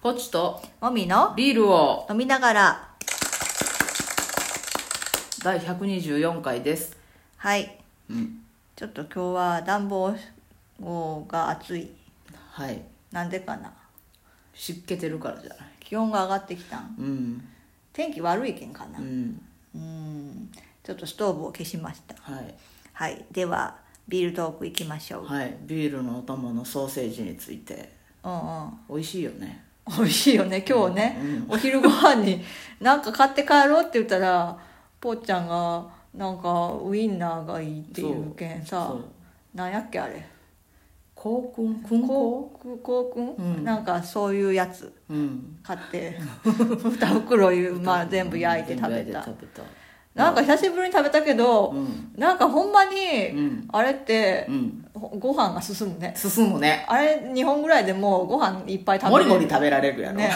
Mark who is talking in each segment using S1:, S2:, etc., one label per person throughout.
S1: ポチと
S2: もみの
S1: ビールを
S2: 飲みながら
S1: 第124回です。
S2: はい
S1: うん。
S2: ちょっと今日は暖房が暑い
S1: はい。
S2: なんでかな
S1: 湿気てるからじゃない。
S2: 気温が上がってきたん
S1: うん。
S2: 天気悪いけんか
S1: う。
S2: なんうんちょっとストーブを消しました
S1: はい。
S2: はいではビールトークいきましょう
S1: はい。ビールのお供のソーセージについて。
S2: うんうん
S1: 美味しいよね。
S2: 美味しいよね今日ね、
S1: うん
S2: お昼ご飯に何か買って帰ろうって言ったらぽーちゃんがなんかウインナーがいいっていうけんさ
S1: そう。
S2: なんやっけあれ
S1: 香薫燻香
S2: こうこうくん、
S1: うん
S2: なんかそういうやつ
S1: うん。
S2: 買って二袋いう、まあ、全部焼いて食べ
S1: 全部
S2: た
S1: 焼いて食べ
S2: なんか久しぶりに食べたけ
S1: た。
S2: ど、
S1: うん。
S2: なんかほんま
S1: う
S2: に
S1: ん。
S2: あれって
S1: うん。
S2: ご飯が進むね
S1: 進むね。
S2: あれ2本ぐらいでもうご飯いっぱい食べ
S1: も
S2: れ
S1: り
S2: る
S1: もり食べられるやろ。
S2: ね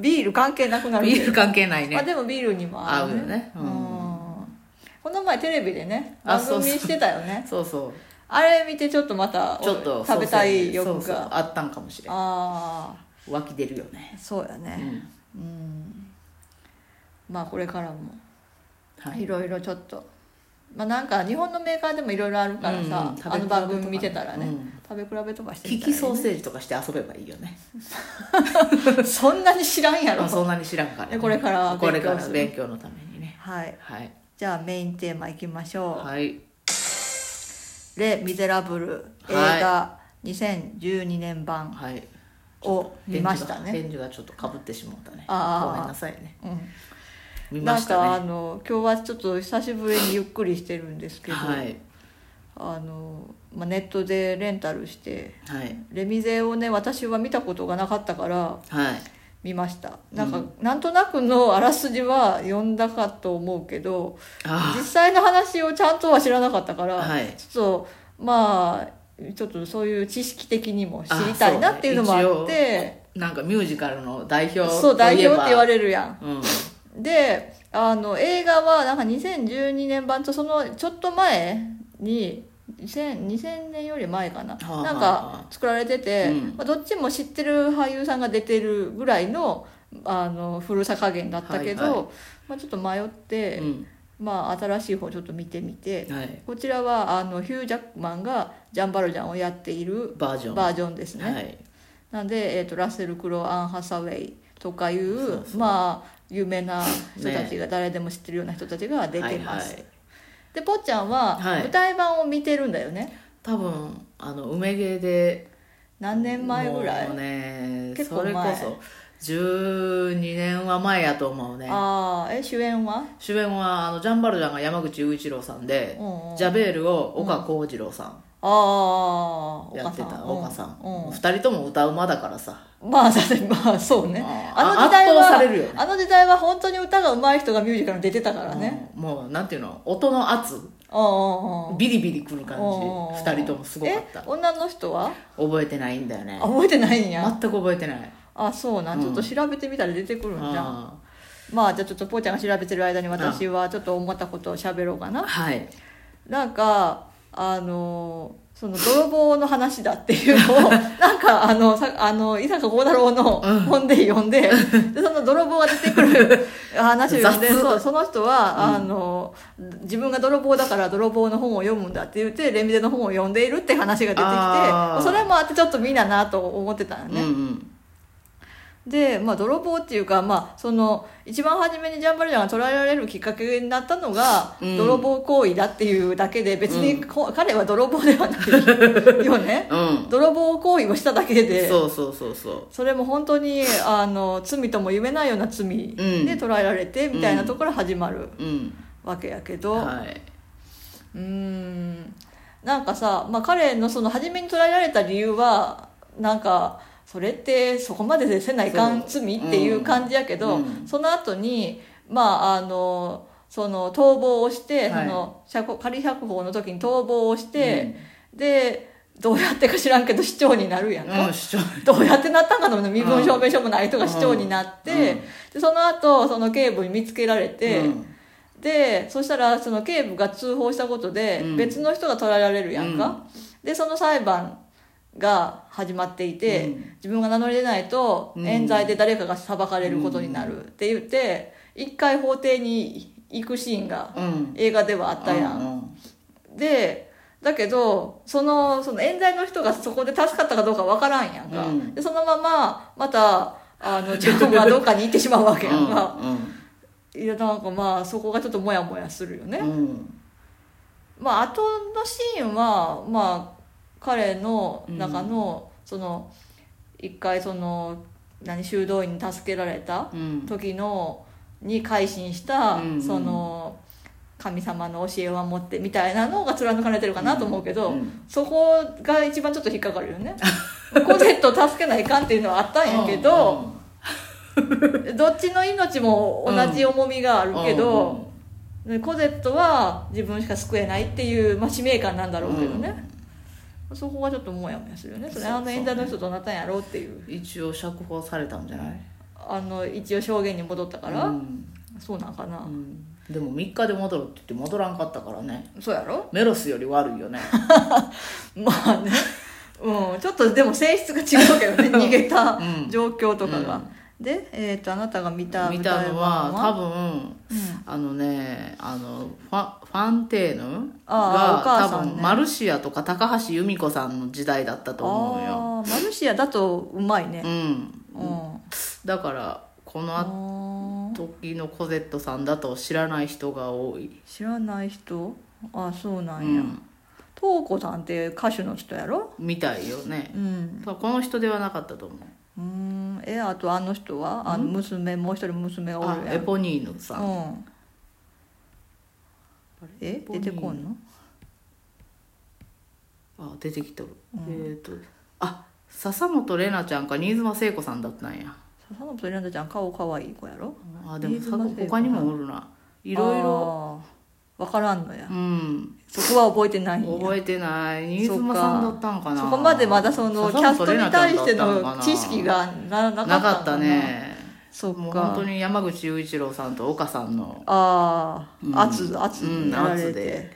S2: ビール関係なくなるけど
S1: ビール関係ない
S2: まあ、
S1: ね。
S2: でもビールにも合う
S1: 合うよねうん
S2: この前テレビでね
S1: あ
S2: 番
S1: そうそう
S2: 組してたよね
S1: そうそう。
S2: あれ見てちょっとまた
S1: ちょっと
S2: 食べたい欲が
S1: そうそうあったんかもしれん
S2: あ
S1: 湧き出るよね
S2: あそうやね、うんまあこれからも
S1: はいい
S2: ろいろちょっとまあなんか日本のメーカーでもいろいろあるからさ、
S1: うんうん
S2: あの番組見てたらね、食べ比べとかして
S1: 利
S2: みたら
S1: き
S2: いいね
S1: ソーセージとかして遊べばいいよね
S2: そんなに知らんやろ
S1: あそんなに知らんからね
S2: でこれから
S1: これ
S2: 勉
S1: か
S2: 強
S1: ら
S2: する
S1: 勉強のためにね
S2: はい
S1: はい
S2: じゃあメインテーマいきましょう「
S1: はい
S2: レ・ミゼラブル」映画2012年版
S1: はい
S2: を見ましたね、
S1: レンジがちょっとかぶってしまったね
S2: あー
S1: ごめんなさいね
S2: うん、
S1: 見まし
S2: なん
S1: た
S2: かあ
S1: ね
S2: の今日はちょっと久しぶりにゆっくりしてるんですけど、
S1: はい
S2: あのまあ、ネットでレンタルして
S1: はい
S2: レミゼをね私は見たことがなかったから
S1: はい
S2: 見ましたなんか、なんとなくのあらすじは読んだかと思うけど
S1: あ
S2: 実際の話をちゃんとは知らなかったから、
S1: はい
S2: ちょっとまあちょっとそういう知識的にも知りたいなっていうのもあって
S1: あなんかミュージカルの代表といえば
S2: そう代表って言わ
S1: れ
S2: れるやん。
S1: うん
S2: であの映画はなんか2012年版とそのちょっと前に2000 2000年より前かな、
S1: あはあ
S2: なんか作られてて、
S1: うん
S2: まあ、どっちも知ってる俳優さんが出てるぐらいのあの古さ加減だったけど、
S1: はいは
S2: まあ、ちょっと迷って、
S1: う
S2: まあ、新しい方ちょっと見てみて
S1: んはい
S2: こちらはあのヒュー・ジャックマンがジャン・バルジャンをやっている
S1: バージョン
S2: バージョンですね。
S1: はい
S2: なんで、えー、とラッセル・クロウアン・ハサウェイとかいう
S1: そうそう
S2: まあ有名な人たちが、誰でも知ってるような人たちが出てます、
S1: はいはい
S2: でぽっちゃんは
S1: はい
S2: 舞台版を見てるんだよね、
S1: 多分あの梅芸で
S2: 何年前ぐらい、
S1: もうね
S2: 結構前
S1: それこそ12年は前やと思うね
S2: ああえ主演は
S1: 主演はあのジャン・バルジャンが山口雄一郎さんで、
S2: うんうん
S1: ジャベールを岡幸二郎さ
S2: ああ
S1: んやってた
S2: お
S1: 岡
S2: 母
S1: さ
S2: さ
S1: ん
S2: ん
S1: 二、
S2: うんうん
S1: 人とも歌うまだからさ
S2: まあだってまあそうね
S1: あ
S2: あの時代は
S1: 圧倒されるよね
S2: あの時代は本当に歌が上手い人がミュージカルに出てたからね、
S1: うんもうなんていうの音の圧
S2: うんうんうん
S1: ビリビリくる感じ
S2: うんうんうん
S1: 二人ともすごかった
S2: え女の人は
S1: 覚えてないんだよね
S2: あ覚えてないんや
S1: 全く覚えてない
S2: あそうなん、
S1: うん
S2: ちょっと調べてみたら出てくるんじゃん
S1: あ
S2: まあじゃあちょっとぽーちゃんが調べてる間に私はちょっと思ったことを喋ろうか
S1: ー
S2: な
S1: はい
S2: なんかあのーその泥棒の話だっていうの をなんかあのさあの伊坂幸太郎の
S1: うん
S2: 本で 読んで,、でその泥棒が出てくる話を読ん で
S1: 雑
S2: そうその人は、あの自分が泥棒だから泥棒の本を読むんだって言ってレミゼの本を読んでいるって話が
S1: あ
S2: 出てき
S1: ー
S2: てそれもあってちょっと見ななと思ってたよね。
S1: うんうん
S2: で、まあ、泥棒っていうか、まあ、その一番初めにジャンバルジャンが捕らえられるきっかけになったのが、
S1: うん
S2: 泥棒行為だっていうだけで別にこ、彼は泥棒ではないよね
S1: うん
S2: 泥棒行為をしただけで
S1: そうそうそうそう
S2: それも本当にあの罪とも言えないような罪
S1: うん
S2: で捕らえられてみたいなところから始まる
S1: うん
S2: わけやけど、
S1: はい、
S2: うーんなんかさ、まあ、彼のその初めに捉えられた理由はなんかそれってそこまででせないかん
S1: そう
S2: 罪っていう感じやけ
S1: う
S2: ど、
S1: んうん
S2: その後にまああのその逃亡をして、
S1: はい
S2: その釈放仮釈放の時に逃亡をして、でどうやってか知らんけど市長になるやんか、
S1: うん、主張
S2: どうやってなったんかの身分証明書もない人が市長になって、
S1: うんうん
S2: でその後その警部に見つけられて。
S1: うん
S2: でそしたらその警部が通報したことで
S1: うん
S2: 別の人が捕らえられるやんか、でその裁判が始まっていて、
S1: うん
S2: 自分が名乗り出ないと
S1: うん
S2: 冤罪で誰かが裁かれることになるって言って一回法廷に行くシーンが
S1: うん
S2: 映画ではあったやん。
S1: ん
S2: でだけどそのその冤罪の人がそこで助かったかどうかわからんやんか、
S1: うん
S2: でそのまままたあ の自分がどっかに行ってしまうわけやんか、いやなんかまあそこがちょっとモヤモヤするよね、
S1: うんうん
S2: まあ後のシーンはまあ彼の中の、その一回その何修道院に助けられた
S1: うん
S2: 時のに改心した、
S1: うんうん
S2: その神様の教えを守ってみたいなのが貫かれてるかなと思うけど、
S1: うん
S2: そこが一番ちょっと引っかかるよ ねコゼットを助けないかんっていうのはあったんやけど、どっちの命も同じ重みがあ
S1: うん
S2: る
S1: うん
S2: けど、でコゼットは自分しか救えないっていう、まあ、使命感なんだろうけどね、そこがちょっとモヤモヤするよねそれ
S1: そうそう
S2: あの冤罪の人どなたんやろうっていう
S1: うん一応釈放されたんじゃない
S2: あの一応証言に戻ったから、
S1: うん
S2: そうなんか
S1: う
S2: な、
S1: んでも3日で戻るって言って戻らんかったからね
S2: そうやろ
S1: メロスより悪いよね
S2: まあね うんちょっとでも性質が違うけどね逃げた
S1: うん
S2: 状況とかが、
S1: うん
S2: で、えー、とあなたが見た
S1: 見たのは多分
S2: 多分、
S1: あのねあのファファンテーヌ
S2: あーお母
S1: が
S2: さ
S1: 多
S2: んね
S1: 分マルシアとか高橋由美子さんの時代だったと思うよ、
S2: ああーマルシアだとうまいね
S1: うん、
S2: うん、
S1: だからこの後
S2: あー
S1: 時のコゼットさんだと知らない人が多い、
S2: 知らない人あそうな
S1: うん
S2: や、
S1: ん、
S2: 東子さんっていう歌手の人やろ
S1: みたいよね
S2: うん
S1: ただこの人ではなかったと思う
S2: うーんえあとあの人はあの娘もう一人娘がお
S1: あ
S2: るやん
S1: エポニーヌさん、
S2: うんえ出てこんの
S1: あ出てきとる、
S2: うん
S1: えっ、とあ笹本玲奈ちゃんか新妻聖子さんだったんや
S2: 笹本玲奈ちゃん顔可愛い子やろ
S1: あでも
S2: 新
S1: さ
S2: 妻聖子
S1: 他にもおるないろいろ
S2: ろ分からんのや
S1: うん
S2: そこは覚えてないんや
S1: 覚えてない新妻さんだったんかな
S2: そこまでまだそのキャストに対して
S1: 笹本玲奈ちゃんだった
S2: の
S1: かな
S2: 知識がななかったん
S1: なかったね
S2: そっ
S1: もう本
S2: か
S1: 当に山口雄一郎さんと岡さんの
S2: あ
S1: うん
S2: あ圧圧
S1: うん
S2: にやられ
S1: 圧
S2: て
S1: で、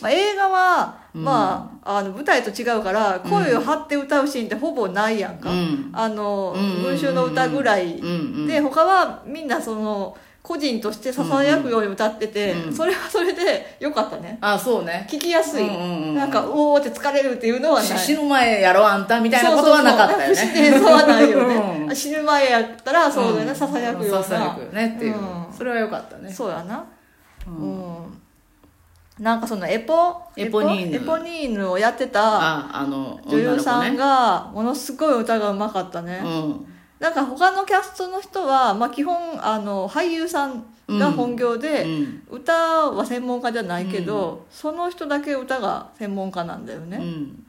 S2: まあ、映画は、
S1: うん
S2: まあ、あの舞台と違うから声を張って歌うシーンってほぼないやんか、
S1: うん
S2: あの
S1: うんうんうんうん
S2: 群衆の歌ぐらい、
S1: うんうん
S2: で他はみんなその個人としてささやくように歌ってて、
S1: うんうん
S2: それはそれでよかったね
S1: あそうね
S2: 聞きやすい、
S1: うんうんうん
S2: なんかおおって疲れるっていうのはない
S1: し死ぬ前やろあんたみたいなことはなかったよね
S2: そうそうそうそう はないよね、
S1: うん
S2: 死ぬ前やったらそうだよね、
S1: ん
S2: ささやくような
S1: ささやくよねっていう、
S2: うん
S1: それは良かったね
S2: そうやなう
S1: うん
S2: ん、なんかそのエポ
S1: エポニーヌ
S2: エポニーヌをやってた
S1: ああの
S2: 女優さん
S1: 女の
S2: がものすごい歌がうまかったね、
S1: 子ねうん
S2: なんか他のキャストの人は、まあ、基本あの俳優さんが本業で、
S1: うん
S2: 歌は専門家じゃないけど、その人だけ歌が専門家なんだよ
S1: う
S2: ね、
S1: ん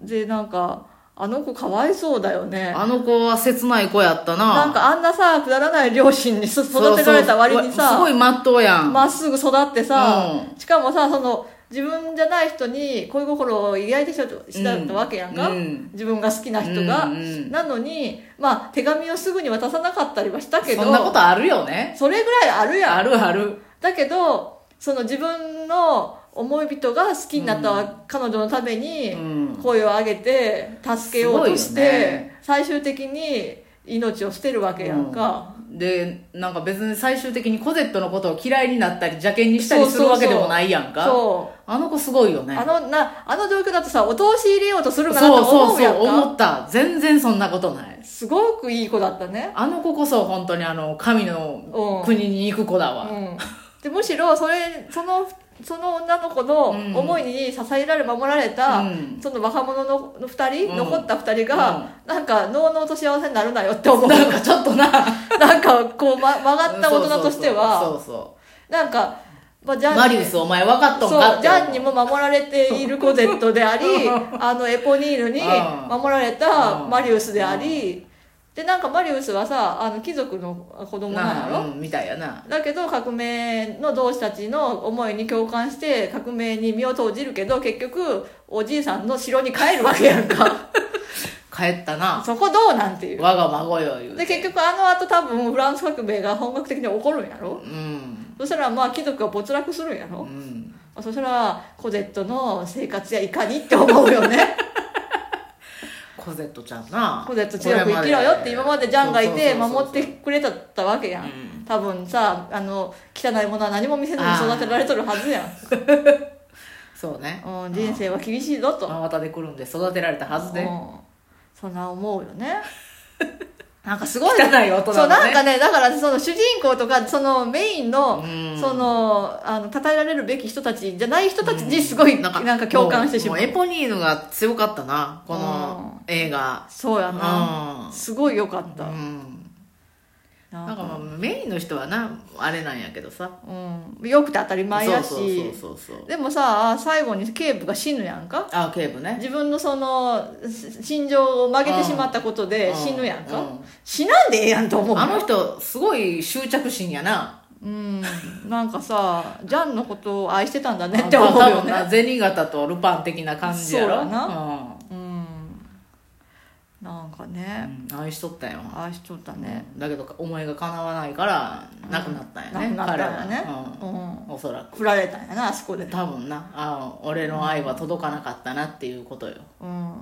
S2: でなんかあの子かわいそうだよね
S1: あの子は切ない子やったな
S2: なんかあんなさくだらない両親にそ育てられた割
S1: そ
S2: にさ
S1: うそうすごいまっとうやん、
S2: まっすぐ育ってさ、
S1: う
S2: しかもさその自分じゃない人に恋心を抱いてししたったわけやんか、
S1: うん
S2: 自分が好きな人が、
S1: うんうん
S2: なのにまあ手紙をすぐに渡さなかったりはしたけど
S1: そんなことあるよね
S2: それぐらいあるやん
S1: あるある
S2: だけどその自分の思い人が好きになった、彼女のために
S1: うん
S2: 声を上げて助けようとし
S1: す
S2: て、
S1: ごいよね
S2: 最終的に命を捨てるわけやんか、
S1: でなんか別に最終的にコゼットのことを嫌いになったり邪険にしたりするわけでもないやんか
S2: そう
S1: あの子すごいよね
S2: あのなあの状況だとさお通し入れようとするかな
S1: そう
S2: と思
S1: そう
S2: うや
S1: そ
S2: ん
S1: う
S2: か
S1: 思った全然そんなことない
S2: すごくいい子だったね、
S1: あの子こそ本当にあの神の
S2: うん
S1: 国に行く子だ
S2: う
S1: わ、
S2: ん、でむしろそれそのその女の子の
S1: うん
S2: 思いに支えられ守られた、
S1: うん
S2: その若者のの2
S1: う
S2: 人、
S1: ん
S2: 残った2人が、なんかのうのうと幸せになるなよって思う
S1: なんかちょっとな
S2: なんかこう、ま、曲がった大人としては
S1: そうそ
S2: なんか、まあ、ジ
S1: う
S2: ャ
S1: そう
S2: ン
S1: マリウスお前分かっとんかって
S2: そうジャンにも守られているコゼットであり あのエポニーヌに
S1: うん
S2: 守られた
S1: うん
S2: マリウスでありでなんかマリウスはさあの貴族の子供なんや
S1: な
S2: ろ
S1: うんみたいやな
S2: だけど革命の同志たちの思いに共感して革命に身を投じるけど結局おじいさんの城に帰るわけやん か
S1: 帰ったな
S2: そこどうなんていう
S1: 我が孫よ言う
S2: で
S1: て
S2: 結局あのあと多分フランス革命が本格的に起こるんやろ
S1: うん
S2: そしたらまあ貴族が没落するんやろ、
S1: うん
S2: そしたらコゼットの生活やいかにって思うよね
S1: あ コゼットちゃんな
S2: コゼット強く生きろよって今までジャンがいて
S1: そうそうそう
S2: 守
S1: そう
S2: ってくれたったわけやん
S1: うん
S2: 多分さあの汚いものは何も見せずに育てられとるはずやん
S1: そうね
S2: うん人生は厳しいぞと
S1: 真綿でくるんで育てられたはずで
S2: うんそんな思うよねなんかすごい
S1: 汚い大人
S2: そ
S1: の
S2: うなんか
S1: ね
S2: ねだからその主人公とかそのメインの、
S1: うん
S2: そのあの称えられるべき人たちじゃない人たちにすごい、なんか共感してしまう
S1: ももエポニーヌが強かったなこの映画
S2: そうや
S1: う
S2: な、
S1: ん
S2: すごい良かった、
S1: うん
S2: な
S1: なん
S2: ん
S1: かまあ
S2: か、
S1: メインの人はなあれなんやけどさ
S2: うん、よくて当たり前やし
S1: そうそうそうそうそう
S2: でもさ最後に警部が死ぬやんか
S1: あ警部ね
S2: 自分のそのし心情を曲げてしまったことで
S1: う
S2: 死ぬやんか、
S1: う
S2: 死なんでええやんと思うよ
S1: あの人すごい執着心やな
S2: うんなんかさジャンのことを愛してたんだね
S1: っ
S2: って
S1: て
S2: 思
S1: 思
S2: う
S1: う
S2: よ
S1: よ
S2: ね
S1: な銭形とルパン的な感じやろ
S2: そうやな
S1: うん
S2: うんなんか
S1: う
S2: ね
S1: ん愛しとったよ
S2: 愛しとったね
S1: だけど思いが叶わないから亡くなったんやね、
S2: 亡くなったんやね
S1: 彼は
S2: う
S1: うんんおそらく
S2: 振られたんやなあそこで
S1: 多分なあ俺の愛は届かなかったなっていうことよ、
S2: うん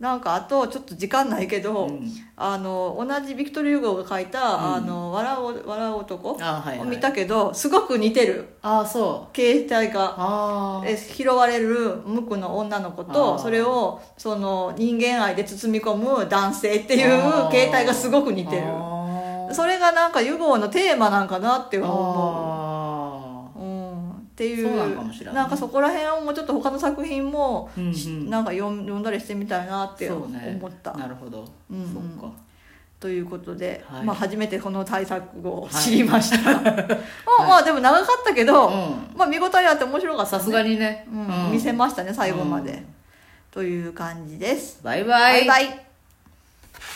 S2: なんかあとちょっと時間ないけど、
S1: うん
S2: あの同じビクトリー・ユーゴーが書いた「あの笑う笑う男」
S1: あはい、
S2: を
S1: はい、
S2: 見たけどすごく似てる
S1: あそう
S2: 形態が
S1: あ
S2: え拾われる無垢の女の子
S1: あ
S2: と
S1: ー
S2: それをその人間愛で包み込む男性っていう形態がすごく似てる
S1: る
S2: それがなんかユゴーのテーマなんかなって思
S1: あ
S2: う、うん、っていう
S1: そうなんかもしれんね
S2: なんかそこら辺をもうちょっと他の作品も、
S1: うんうん
S2: しなんか読ん読んだりしてみたいなって
S1: そう
S2: 思
S1: ね
S2: った、
S1: なるほど、
S2: うんうん
S1: そっか
S2: ということで、
S1: はい
S2: まあ、初めてこの対策を
S1: い
S2: 知りました、まあまあでも長かったけど、
S1: うん
S2: まあ見応えあって面白かったね、
S1: さすがにね、
S2: うん見せましたね最後まで、
S1: うん
S2: という感じです
S1: バイバイ
S2: バイバイ